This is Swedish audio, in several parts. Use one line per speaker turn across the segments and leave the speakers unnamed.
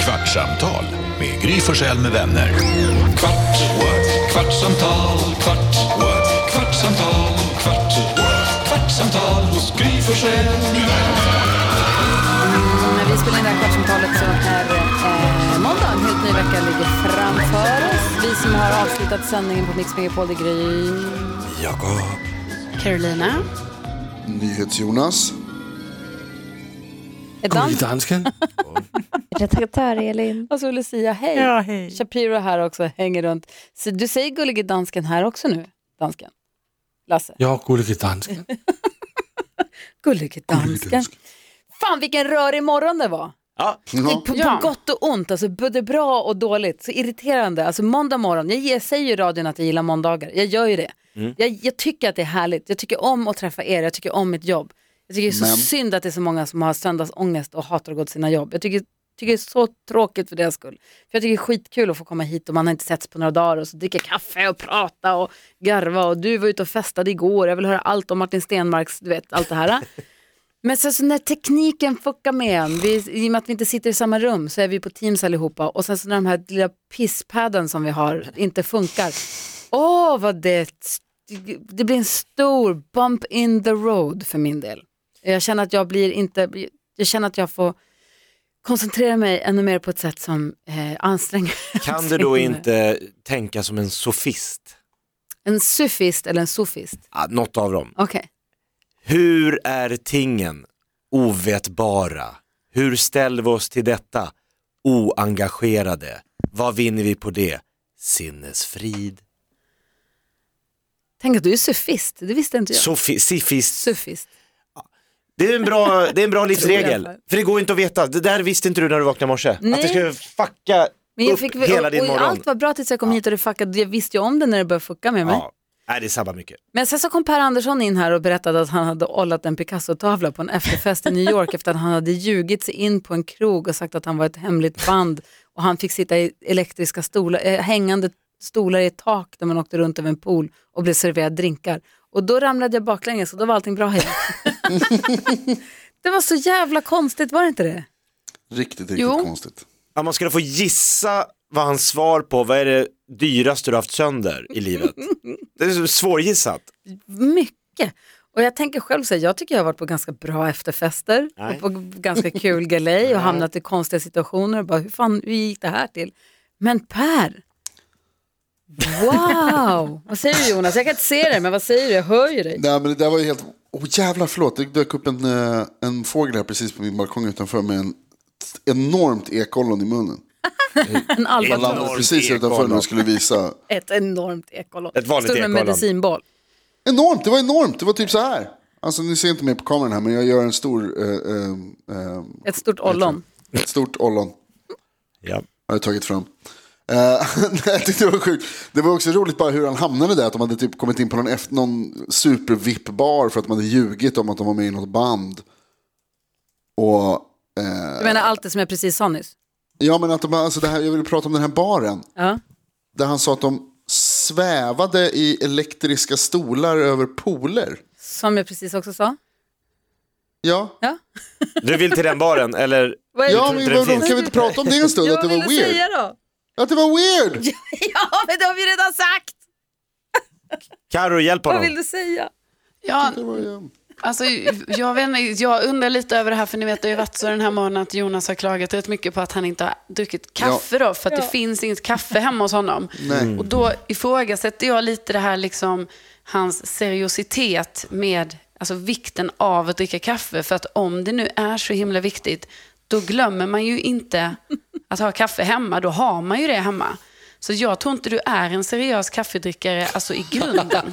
Kvartsamtal med Gry Forssell med vänner. Kvart, what? kvartsamtal, kvart, what? kvartsamtal, kvart, what? kvartsamtal hos Gry Forssell med vänner.
När vi spelar in det här kvartsamtalet så är eh, måndag. En helt ny vecka ligger framför oss. Vi som har avslutat sändningen på Mix Megapol i Gry.
Jakob.
Carolina.
NyhetsJonas.
Är dans.
dansken.
Redaktör Elin.
Och så Lucia, hej.
Ja, hej.
Shapiro här också, hänger runt. Så du säger gullige dansken här också nu, dansken? Lasse?
Ja, gullige dansken.
Gullige dansken. Fan vilken rörig morgon det var.
Ja.
På, på gott och ont, alltså både bra och dåligt. Så irriterande. Alltså måndag morgon, jag, jag säger ju i radion att jag gillar måndagar, jag gör ju det.
Mm.
Jag, jag tycker att det är härligt, jag tycker om att träffa er, jag tycker om mitt jobb. Jag tycker det är så
Men-
synd att det är så många som har söndagsångest och hatar att gå till sina jobb. Jag tycker, tycker det är så tråkigt för deras skull. För jag tycker det är skitkul att få komma hit och man har inte setts på några dagar och så dricka kaffe och prata och garva och du var ute och festade igår, jag vill höra allt om Martin Stenmarks, du vet allt det här. Men sen så när tekniken fuckar med en, vi, i och med att vi inte sitter i samma rum så är vi på Teams allihopa och sen så när de här lilla pisspadden som vi har inte funkar. Åh vad det, det blir en stor bump in the road för min del. Jag känner att jag blir inte, jag känner att jag får koncentrera mig ännu mer på ett sätt som eh, anstränger.
Kan du då inte tänka som en sofist?
En syfist eller en sofist?
Ah, något av dem.
Okej.
Hur är tingen ovetbara? Hur ställer vi oss till detta? Oengagerade. Vad vinner vi på det? Sinnesfrid.
Tänk att du är syfist, det visste inte jag.
Sofi- sifist.
Syfist.
Det är en bra, det är en bra livsregel.
Tror jag.
För det går inte att veta. Det där visste inte du när du vaknade i morse.
Nej.
Att det skulle fucka
Men jag
upp
fick,
hela
och,
din
och
morgon.
Allt var bra tills jag kom hit och det fuckade. Jag visste ju om det när det började fucka med mig.
ja. Nej, det sabbar mycket.
Men sen så kom Per Andersson in här och berättade att han hade ollat en Picasso-tavla på en efterfest i New York efter att han hade ljugit sig in på en krog och sagt att han var ett hemligt band och han fick sitta i elektriska stolar, eh, hängande stolar i ett tak där man åkte runt över en pool och blev serverad drinkar. Och då ramlade jag baklänges och då var allting bra igen. det var så jävla konstigt, var det inte det?
Riktigt, riktigt
Jo.
konstigt.
Ja, man skulle få gissa vad han svar på, vad är det dyraste du har haft sönder i livet? Det är så svårgissat.
Mycket. Och jag tänker själv så här, jag tycker jag har varit på ganska bra efterfester
Nej.
och på ganska kul galej och hamnat i konstiga situationer och bara hur fan, hur gick det här till? Men Per, wow! vad säger du Jonas? Jag kan inte se dig men vad säger du? Jag hör ju dig.
Nej, men det där var ju helt... Åh jävlar, förlåt. Det dök upp en, eh, en fågel här precis på min balkong utanför med en enormt ekollon i munnen.
En
Han
allvarlig,
landade precis utanför när jag skulle visa.
ett enormt ekollon.
Ett vanligt
Stod med
ekollon.
medicinboll.
Enormt, det var enormt. Det var typ så här. Alltså ni ser inte mig på kameran här, men jag gör en stor... Eh, eh, eh,
Ett stort ollon.
ett stort ollon.
Ja.
har jag tagit fram. Eh, nej, jag tyckte det var sjukt. Det var också roligt bara hur han hamnade där. Att de hade typ kommit in på någon, efter, någon super-VIP-bar för att man hade ljugit om att de var med i något band. Och, eh,
Du menar allt det som jag precis sa nyss?
ja, men att de, alltså det här, jag ville prata om den här baren.
Ja.
Där han sa att de svävade i elektriska stolar över pooler.
Som jag precis också sa?
Ja,
Ja,
Du vill till den baren, eller?
Vad är det?
ja
tror
men
inte
vadå,
det finns.
kan vi inte prata om det en stund? att det
jag
var
ville
weird.
säga då.
Att det var weird!
Ja, men det har vi redan sagt.
Karo hjälp
Vad vill
honom.
du säga?
Ja,
Det var, ja.
alltså, jag, vet inte, jag undrar lite över det här, för ni vet det har ju varit så den här morgonen att Jonas har klagat rätt mycket på att han inte har druckit kaffe då, för att det finns inget kaffe hemma hos honom.
Nej.
Och då ifrågasätter jag lite det här, liksom, hans seriositet med alltså, vikten av att dricka kaffe. För att om det nu är så himla viktigt, då glömmer man ju inte att ha kaffe hemma. Då har man ju det hemma. Så jag tror inte du är en seriös kaffedrickare alltså i grunden.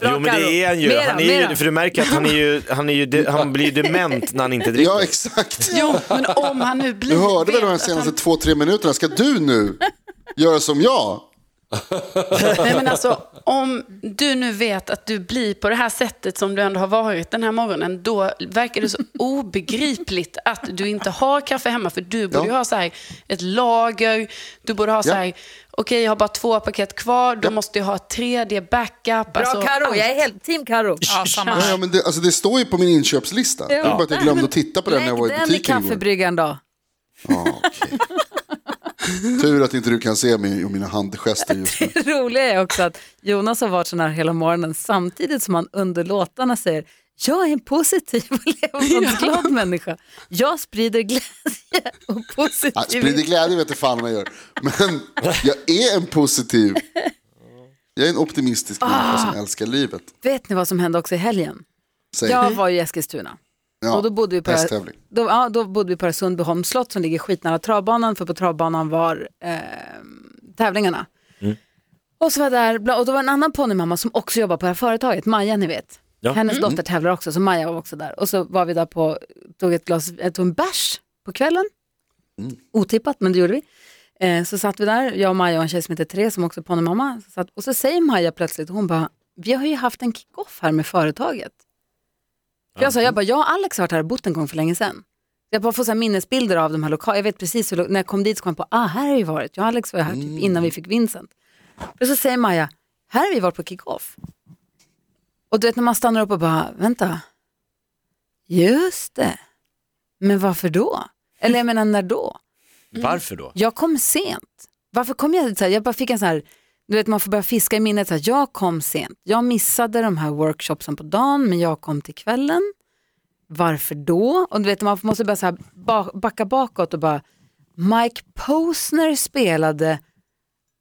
Jo men det är han ju.
Mera,
Han är
mera.
ju för du märker att han, är ju, han, är ju, de- han blir ju dement när han inte dricker.
ja, exakt.
Jo, men om han nu blir...
Du hörde väl
vet
de här
att
senaste två, tre minuterna. Ska du nu göra som jag?
han, Nej, men alltså, om du nu vet att du blir på det här sättet som du ändå har varit den här morgonen, då verkar det så obegripligt att du inte har kaffe hemma. För du borde ju
Ja.
ha så här ett lager, du borde ha så
Ja.
här, okej jag har bara två paket kvar, då måste jag ha ett tredje backup. alltså.
Bra Karo, jag är helt team Karo.
Ja, samma
Ja, ja, men det, alltså det står ju på min inköpslista. Det var bara att jag glömde att titta på den när jag var i
Lägg den i
butiken igår.
kaffebryggaren då.
Ja, okej. Tur att inte du kan se mig och mina handgester just nu.
Det roliga är också att Jonas har varit sån här hela morgonen samtidigt som han under låtarna säger jag är en positiv och levnadsglad människa. Jag sprider glädje och
Ja, Sprider
positivitet.
glädje vet inte fan vad jag gör. Men jag är en positiv. Jag är en optimistisk människa som älskar livet.
Vet ni vad som hände också i helgen?
Säg.
Jag var ju i Eskilstuna.
Ja,
Och då bodde vi på,
hästtävling.
då, ja, då bodde vi på Sundbyholms slott som ligger skitnära travbanan för på travbanan var eh, tävlingarna. Och så var jag där, bla- och då var en annan ponnymamma som också jobbar på det här företaget, Maja ni vet.
Ja.
Hennes dotter tävlar också, så Maja var också där. Och så var vi där på, tog ett glas, eh, tog en bärs på kvällen. Otippat, men det gjorde vi. Eh, så satt vi där, jag och Maja och en tjej som heter Therese som också är ponnymamma. Så satt- Och så säger Maja plötsligt, hon bara, vi har ju haft en kick-off här med företaget. För jag sa, jag bara, jag och Alex har varit här och bott en gång för länge sedan. Jag bara får så här minnesbilder av de här lokalerna. Jag vet precis hur, lo- när jag kom dit så kom jag på, ah här har vi varit. Jag och Alex var här typ innan vi fick Vincent. Och så säger Maja, här har vi varit på kick-off. Och du vet när man stannar upp och bara, vänta, just det, men varför då? Eller jag menar när då?
Varför då?
Jag kom sent. Varför kom jag så här? Jag bara fick en så här, du vet man får börja fiska i minnet, så här, jag kom sent. Jag missade de här workshopsen på dagen men jag kom till kvällen. Varför då? Och du vet man måste börja så här ba- backa bakåt och bara, Mike Posner spelade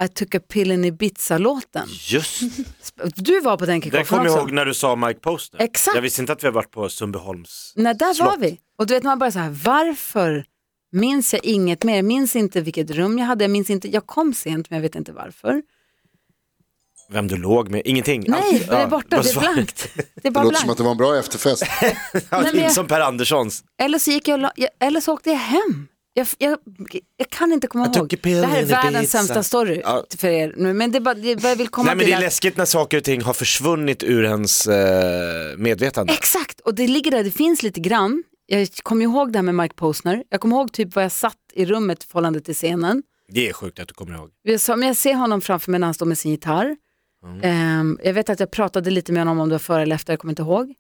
I took a pill in Ibiza-låten.
Just
Sp- Du var på den
det.
kickoffen
kommer jag
också.
ihåg när du sa Mike Postner.
Exakt.
Jag visste inte att vi har varit på Sundbyholms.
Nej, där var
slott.
vi. Och du vet man bara så här, varför minns jag inget mer? Jag minns inte vilket rum jag hade, jag minns inte, jag kom sent men jag vet inte varför.
Vem du låg med, ingenting.
Nej,
Allt-
det är
Alltså, ja,
borta,
bara
det är
svar-
blankt. Det är
Det
bara
låter som att
blankt.
det var en bra efterfest.
Ja,
Nej, men jag-
Som Per Anderssons.
Eller så, gick jag, och la- jag- eller så åkte jag hem. Jag, jag, jag kan inte komma
Jag tog
ihåg.
en
Det
pill
här är
in i
världens
pizza.
sämsta story
Ja.
för er. nu, Men det är bara, det, vad jag vill komma
Nej men det
till
är
är-
läskigt när saker och ting har försvunnit ur ens eh, medvetande.
Exakt, och det ligger där, det finns lite grann. Jag kommer ihåg det här med Mike Posner. Jag kommer ihåg typ vad jag satt i rummet i förhållande till scenen.
Det är sjukt att du kommer ihåg.
Jag, sa, men jag ser honom framför mig när han står med sin gitarr.
Mm.
Ehm, jag vet att jag pratade lite med honom om det var före eller efter, jag kommer inte ihåg.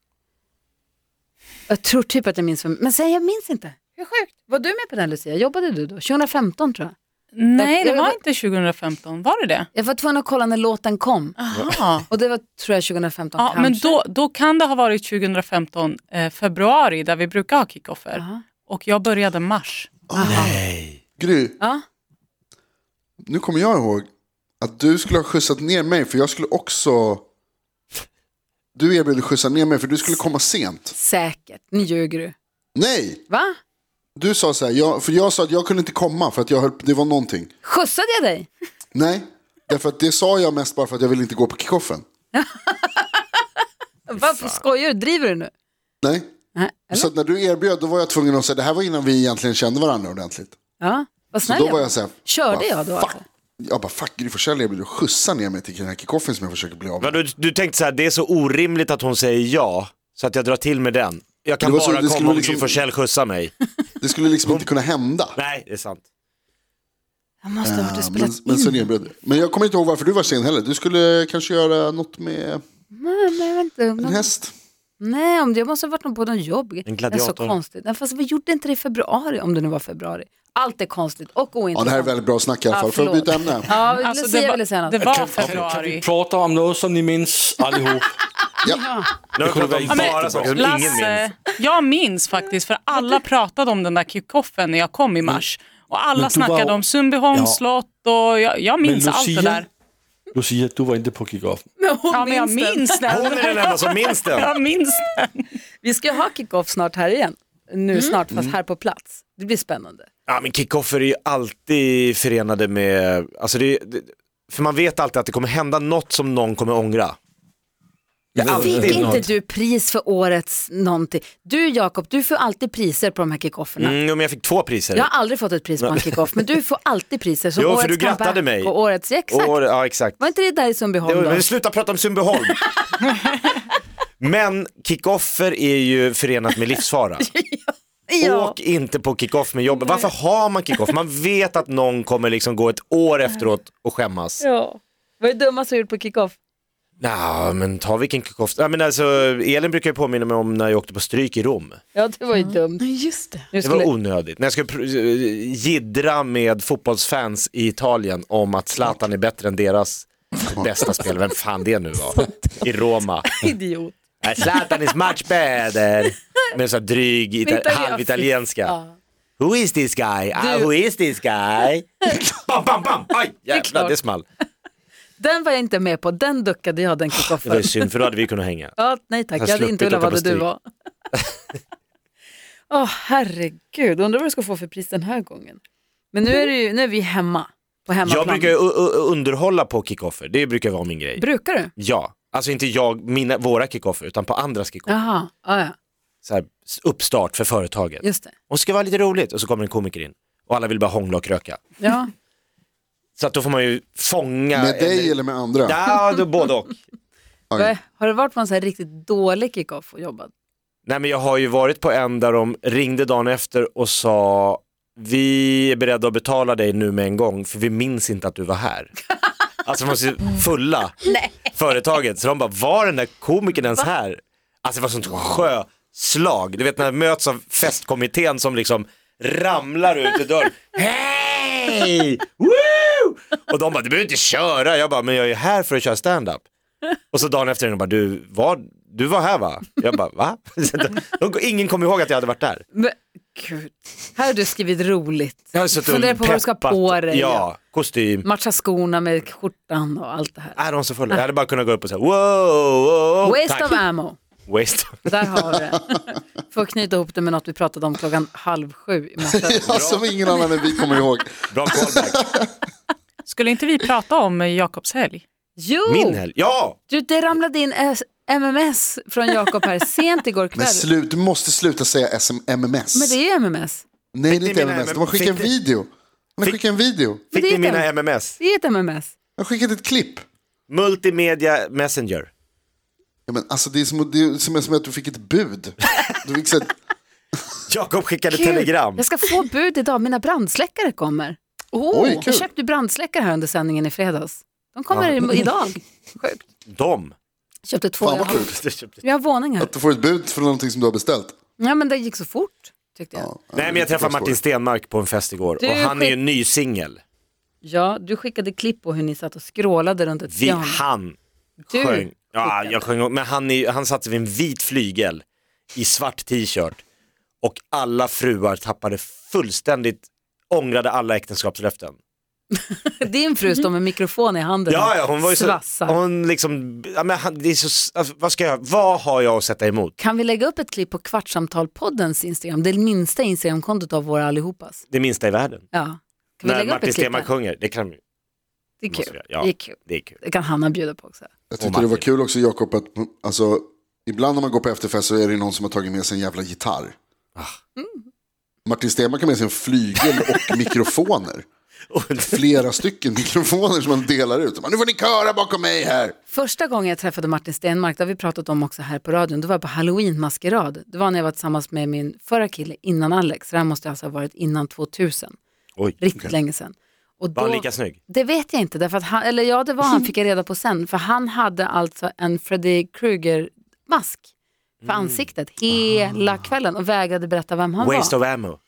Jag tror typ att jag minns, vem- men sen jag minns inte. Hur sjukt. Var du med på den Lucia? Jobbade du då? 2015 tror jag.
Nej, det
Jag-
var inte 2015. Var det det?
Jag var tvungen att kolla när låten kom.
Aha.
Och det var tror jag 2015
Ah. Ja, men
kanske.
då, då kan det ha varit 2015, eh, februari, där vi brukar ha kickoffer.
Aha.
Och jag började mars.
Gry,
Ja.
nu kommer jag ihåg att du skulle ha skjutsat ner mig för jag skulle också... Du erbjöd att skjutsa ner mig för du skulle komma sent.
Säkert, nu ljuger du.
Nej,
Va?
du sa så här, jag, för jag sa att jag kunde inte komma för att jag höll, det var någonting.
Skjutsade jag dig?
Nej, därför att det sa jag mest bara för att jag ville inte gå på kickoffen.
Varför skojar du? Driver du nu?
Nej,
Nej, eller?
så att när du erbjöd då var jag tvungen att säga, det här var innan vi egentligen kände varandra ordentligt.
Ja, vad
Så
snäll
då var jag så här,
Körde
bara,
jag då?
Fuck. Jag bara, fuck Gry Forssell erbjuder att skjutsa ner mig till den här kickoffen som jag försöker bli av med.
Vadå, du tänkte så här, det är så orimligt att hon säger ja, så att jag drar till med den. Jag kan
Det var
bara
så- det skulle
komma om
liksom-
Gry Forssell skjutsar mig.
Det skulle liksom inte kunna hända.
Nej, det är sant.
Jag måste ha varit och
Ja,
spelat
Ehm, men, men sen
in.
erbjöd du. Men jag kommer inte ihåg varför du var sen heller. Du skulle kanske göra något med
Nej, men jag vet inte.
en häst.
Nej, om det jag måste ha varit någon på någon jobb.
En
Det är så
gladiator.
konstigt. Nej, fast vi gjorde inte det i februari, om det nu var februari. Allt är konstigt och
Ja, det här är
ointressant.
väldigt bra snack i alla
Ja,
fall. Får jag
förlåt.
byta ämne?
Ja,
Alltså,
Lucia
det, var,
ville säga något.
det var
Kan vi
februari.
prata om något som ni minns allihop?
Ja.
Nu har vi
kunde
pratat om
vara
bara
jättebra.
saker som ingen minns.
Lasse, jag minns faktiskt för alla pratade om den där kickoffen när jag kom i mars. Och alla
Mm. Men du var-
snackade om Sundbyholms
Ja.
slott och jag, jag minns allt det där.
Lucia, du var inte på kickoffen.
Ja, men jag minns den.
Hon är den enda som minns den.
Jag minns den.
Vi ska ju ha kick-off snart här igen. Nu
Mm.
snart, fast här på plats. Det blir spännande.
Ja, men kickoffer är ju alltid förenade med, alltså det, är- det för man vet alltid att det kommer hända något som någon kommer ångra. Det är
Fick
alltid
inte
något.
du pris för årets någonting? Du Jakob, du får alltid priser på de här kick-offerna.
Mm, jo, men jag fick två priser.
Jag har aldrig fått ett pris på en kick-off, men du får alltid priser. Som
Jo, för
årets
du grattade
comeback
mig.
Och årets, ja, exakt.
Och, ja, exakt.
Var inte det där i Sundbyholm
Jo,
då?
men sluta prata om Sundbyholm. Men kickoffer är ju förenat med livsfara.
Ja.
Åk inte på kickoff med jobbet. Varför har man kickoff? Man vet att någon kommer liksom gå ett år efteråt och skämmas.
ja. Vad är det dummaste du gjort på kick-off?
Nja, men ta vilken kickoff. Ja, men alltså, Elin brukar ju påminna mig om när jag åkte på stryk i Rom.
Ja, det var ju dumt.
Just det.
Nu
Det var
skulle,
onödigt. När jag skulle pr- jiddra med fotbollsfans i Italien om att Zlatan är bättre än deras bästa spelare, vem fan det nu var, i Roma.
idiot.
Nej, Zlatan is much better. Med så här dryg ita-
Italiensk.
halvitalienska.
Ja.
Who is this guy? Ah,
Du-
who is this guy? bam, bam, bam! Aj, jävlar,
klart.
det, small.
Den var jag inte med på, den duckade jag den
Ah, Det var
kickoffen.
ju synd, för då hade vi kunnat hänga.
Ja, nej tack, jag
Jag
hade
sluppit
inte velat
åka
vara
på
där du
stryk.
var. Åh herregud, undrar vad du ska få för pris den här gången. Men nu är, det ju, nu är vi hemma, på hemmaplan.
Jag brukar ju u- u- underhålla på kickoffer, det brukar vara min grej.
brukar du?
Ja, alltså inte jag, mina, våra kickoffer, utan på andras kickoffer.
Jaha, ja, ja,
Så här, s- uppstart för företaget.
just det.
Och ska vara lite roligt och så kommer en komiker in och alla vill bara hångla och kröka.
Ja.
Så att då får man ju fånga...
Med dig
en-
eller med andra?
Ja, då både och.
Oj.
Vad- Har det varit på en så här riktigt dålig kickoff och jobbat?
Nej men jag har ju varit på en där de ringde dagen efter och sa vi är beredda att betala dig nu med en gång för vi minns inte att du var här. Alltså de var så fulla, företaget, så de bara var den där komikern ens här? Alltså det var sånt sjöslag, du vet när jag möts av festkommittén som liksom ramlar ut i dörren. Hej! Woo! Och de bara du behöver inte köra, jag bara men jag är här för att köra stand-up. Och så dagen efter, de bara, du var, du var här va? Jag bara, va? De, ingen kom ihåg att jag hade varit där.
Men, gud, här har du skrivit roligt.
Jag har suttit och
Fundera på vad du ska
peppat.
på dig.
Ja, kostym.
Matcha skorna med skjortan och allt det här.
Är de så fulla? Jag hade bara kunnat gå upp och säga, wow, wow,
Waste
tack.
of ammo,
Waste of...
där har vi det. För att knyta ihop det med något vi pratade om klockan halv sju i morse.
Ja, som ingen annan än vi kommer ihåg.
Bra callback.
Skulle inte vi prata om eh, Jakobs helg?
Jo,
Min helg, ja!
du, det ramlade in eh, S- MMS från Jakob här sent igår kväll.
Men
Men,
slut, du måste sluta säga SM, MMS.
det är ju MMS.
Nej, det
Fick
är
ni
inte
mina
MMS. De har skickat en
fick ni-
video. De har
Fick-
skickat en video.
Men
Fick
det är
ni
inte
mina
en-
MMS?
Det är ett MMS.
De har skickat ett klipp.
Multimedia Messenger.
Ja, men alltså, det, är som, det är som, som att du fick ett bud. Du fick så här,
Jakob skickade
Gud,
telegram.
Jag ska få bud idag, mina brandsläckare kommer. Oh,
Oj, kul.
jag köpte brandsläckare här under sändningen i fredags. De kommer i- idag. Sjukt.
De.
Köpte två.
fan
Jag
vad
har,
kul.
jag har våningar.
Att du får ett bud från någonting som du har beställt.
Ja, men det gick så fort tyckte jag.
Ja,
Nej men jag träffade Martin Stenmark på en fest igår
Du
och han är ju
skick-
ny singel.
Ja, du skickade klipp på hur ni satt och skrålade runt ett
Vi,
piano.
han
Du
sjöng. Ja,
skickade.
jag sjöng, men han, är, han satt vid en vit flygel i svart t-shirt och alla fruar tappade fullständigt, ångrade alla äktenskapslöften.
Din fru står med mikrofon i handen
Ja, ja, hon var ju så,
svassar.
hon liksom, ja, men han, det är så, alltså, vad ska jag, vad har jag att sätta emot?
Kan vi lägga upp ett klipp på Kvartsamtalpoddens Instagram? Det minsta Instagramkontot av våra allihopas.
Det minsta i världen.
Ja. Kan vi
När
lägga upp
Martin
ett klipp?
Stenmarck
där?
sjunger, det kan vi-
Det är
måste vi
kul.
göra. Ja.
Det är kul.
det är kul.
Det kan Hanna bjuda på också.
Jag
Och
tyckte det
Martin.
var kul också Jakob att alltså, ibland när man går på efterfest så är det någon som har tagit med sig en jävla gitarr.
Ah.
Mm. Martin Stenmarck har med sig en flygel och mikrofoner.
Och,
Flera stycken mikrofoner som han delar ut. Man, nu får ni köra bakom mig här.
Första gången jag träffade Martin Stenmark, det har vi pratat om också här på radion, det var på halloween-maskerad. Det var när jag var tillsammans med min förra kille innan Alex, så det här måste alltså ha varit innan 2000,
oj,
riktigt länge sedan. Och
var han
då-
lika snygg?
Det vet jag inte, därför att han, eller ja det var han fick jag reda på sen, för han hade alltså en Freddy Krueger-mask för
Mm.
ansiktet hela kvällen och vägrade berätta vem han
Ah. Waste
var.
of ammo.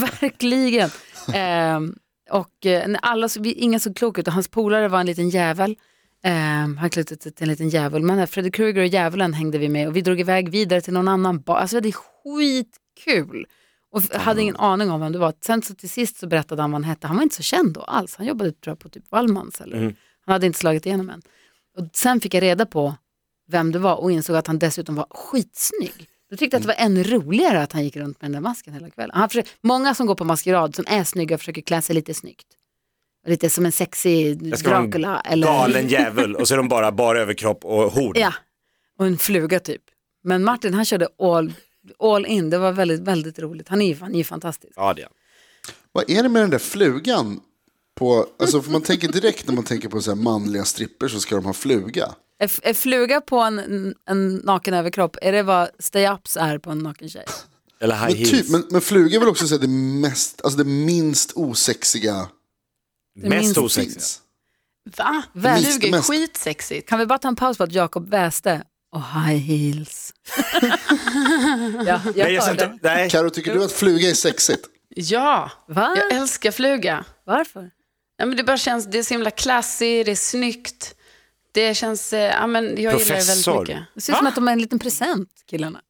Verkligen. Ehm, och eh, när alla, så- vi- ingen såg klok ut och hans polare var en liten djävul. Ehm, han klädde sig till en liten djävul. Men den här Freddy Krueger och djävulen hängde vi med och vi drog iväg vidare till någon annan bar. Alltså det är skitkul. Och f- hade ingen aning om vem det var. Sen så till sist så berättade han vad han hette. Han var inte så känd då alls. Han jobbade tror jag på typ Wallmans eller
Mm.
han hade inte slagit igenom än. Och sen fick jag reda på vem det var och insåg att han dessutom var skitsnygg. Då tyckte jag att det var
Mm.
ännu roligare att han gick runt med den där masken hela kvällen. Han försöker, många som går på maskerad som är snygga försöker klä sig lite snyggt. Lite som en sexig
Jag ska vara en
Dracula eller
Galen djävul och så är de bara bara överkropp och horn.
Ja, och en fluga typ. Men Martin han körde all, all in, det var väldigt, väldigt roligt. Han är ju, han är ju fantastisk.
Ja, det är han.
Vad är det med den där flugan? På, alltså, för man tänker direkt när man tänker på så här manliga stripper så ska de ha fluga.
Är, f- är fluga på en, en naken överkropp, är det vad stay-ups är på en naken tjej?
Eller high
Men,
heels.
typ, men, men fluga är väl också så här, det, mest, alltså, det minst osexiga
minst
Mest
som
osexiga.
finns.
Va?
Mest-
Suger
mest-
skitsexigt.
Kan vi bara ta en paus på att Jakob väste och high heels. ja, jag
Nej,
tar
jag sa inte-
det.
Nej.
Karo, tycker du att fluga är sexigt?
Ja,
Va?
jag älskar fluga.
Varför?
Ja, men det bara känns, det är så himla classy, det är snyggt. Det känns, eh, ja men jag
Professor.
gillar det väldigt mycket.
Det ser ut som att de är en liten present, killarna.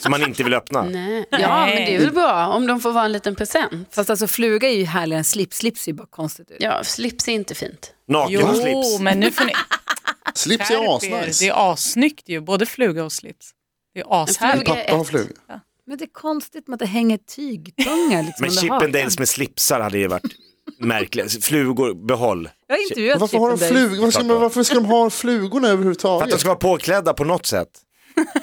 Som man inte vill öppna.
Nej. Ja, men det är väl bra om de får vara en liten present.
Fast alltså fluga är ju härligare än slips. Slips är ju bara konstigt ut.
Ja, slips är inte fint.
Naken
Jo,
slips.
men nu får ni...
Slips är
Skärp er. Det
asnice.
är assnyggt ju, både fluga och slips. Det är ashärligt.
Pappa har fluga.
Men det är konstigt med att det hänger tygtunga. Liksom,
Men
under hakan.
Chippendales med slipsar hade ju varit märkligt. Flugor, behåll.
Jag har intervjuat
Varför, har de
Chippendales.
flug... varför, ska man, varför ska de ha flugorna
För att de
överhuvudtaget?
ska vara påklädda på något sätt.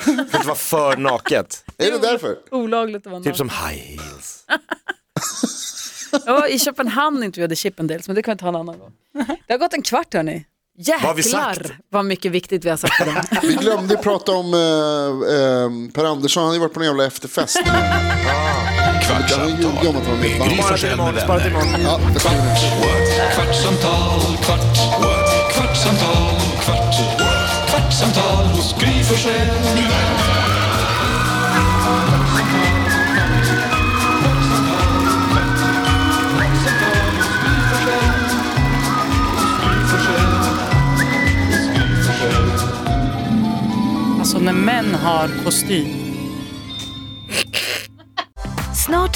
För att det var för naket.
Är det därför?
Olagligt att vara
Typ
typ
som high heels.
ja, I Köpenhamn intervjuade Chippendales, men det kan jag ta en annan gång. Det har gått en kvart hörni. Jäklar
har vi sagt?
vad mycket viktigt vi har sagt idag.
Vi glömde prata om eh, eh, Per Andersson, han har ju varit på en jävla efterfest. Jag har ju
Kvartsamtal
jobbat med
med Gry
Spara till
Forssell med
imorgon, spara till
vänner.
imorgon.
Ja, jag ska göra det.
What? Kvartsamtal, kvart, what? kvartsamtal, kvart, what? kvartsamtal hos Gry Forssell med vänner.
Alltså när män har kostym.
Snart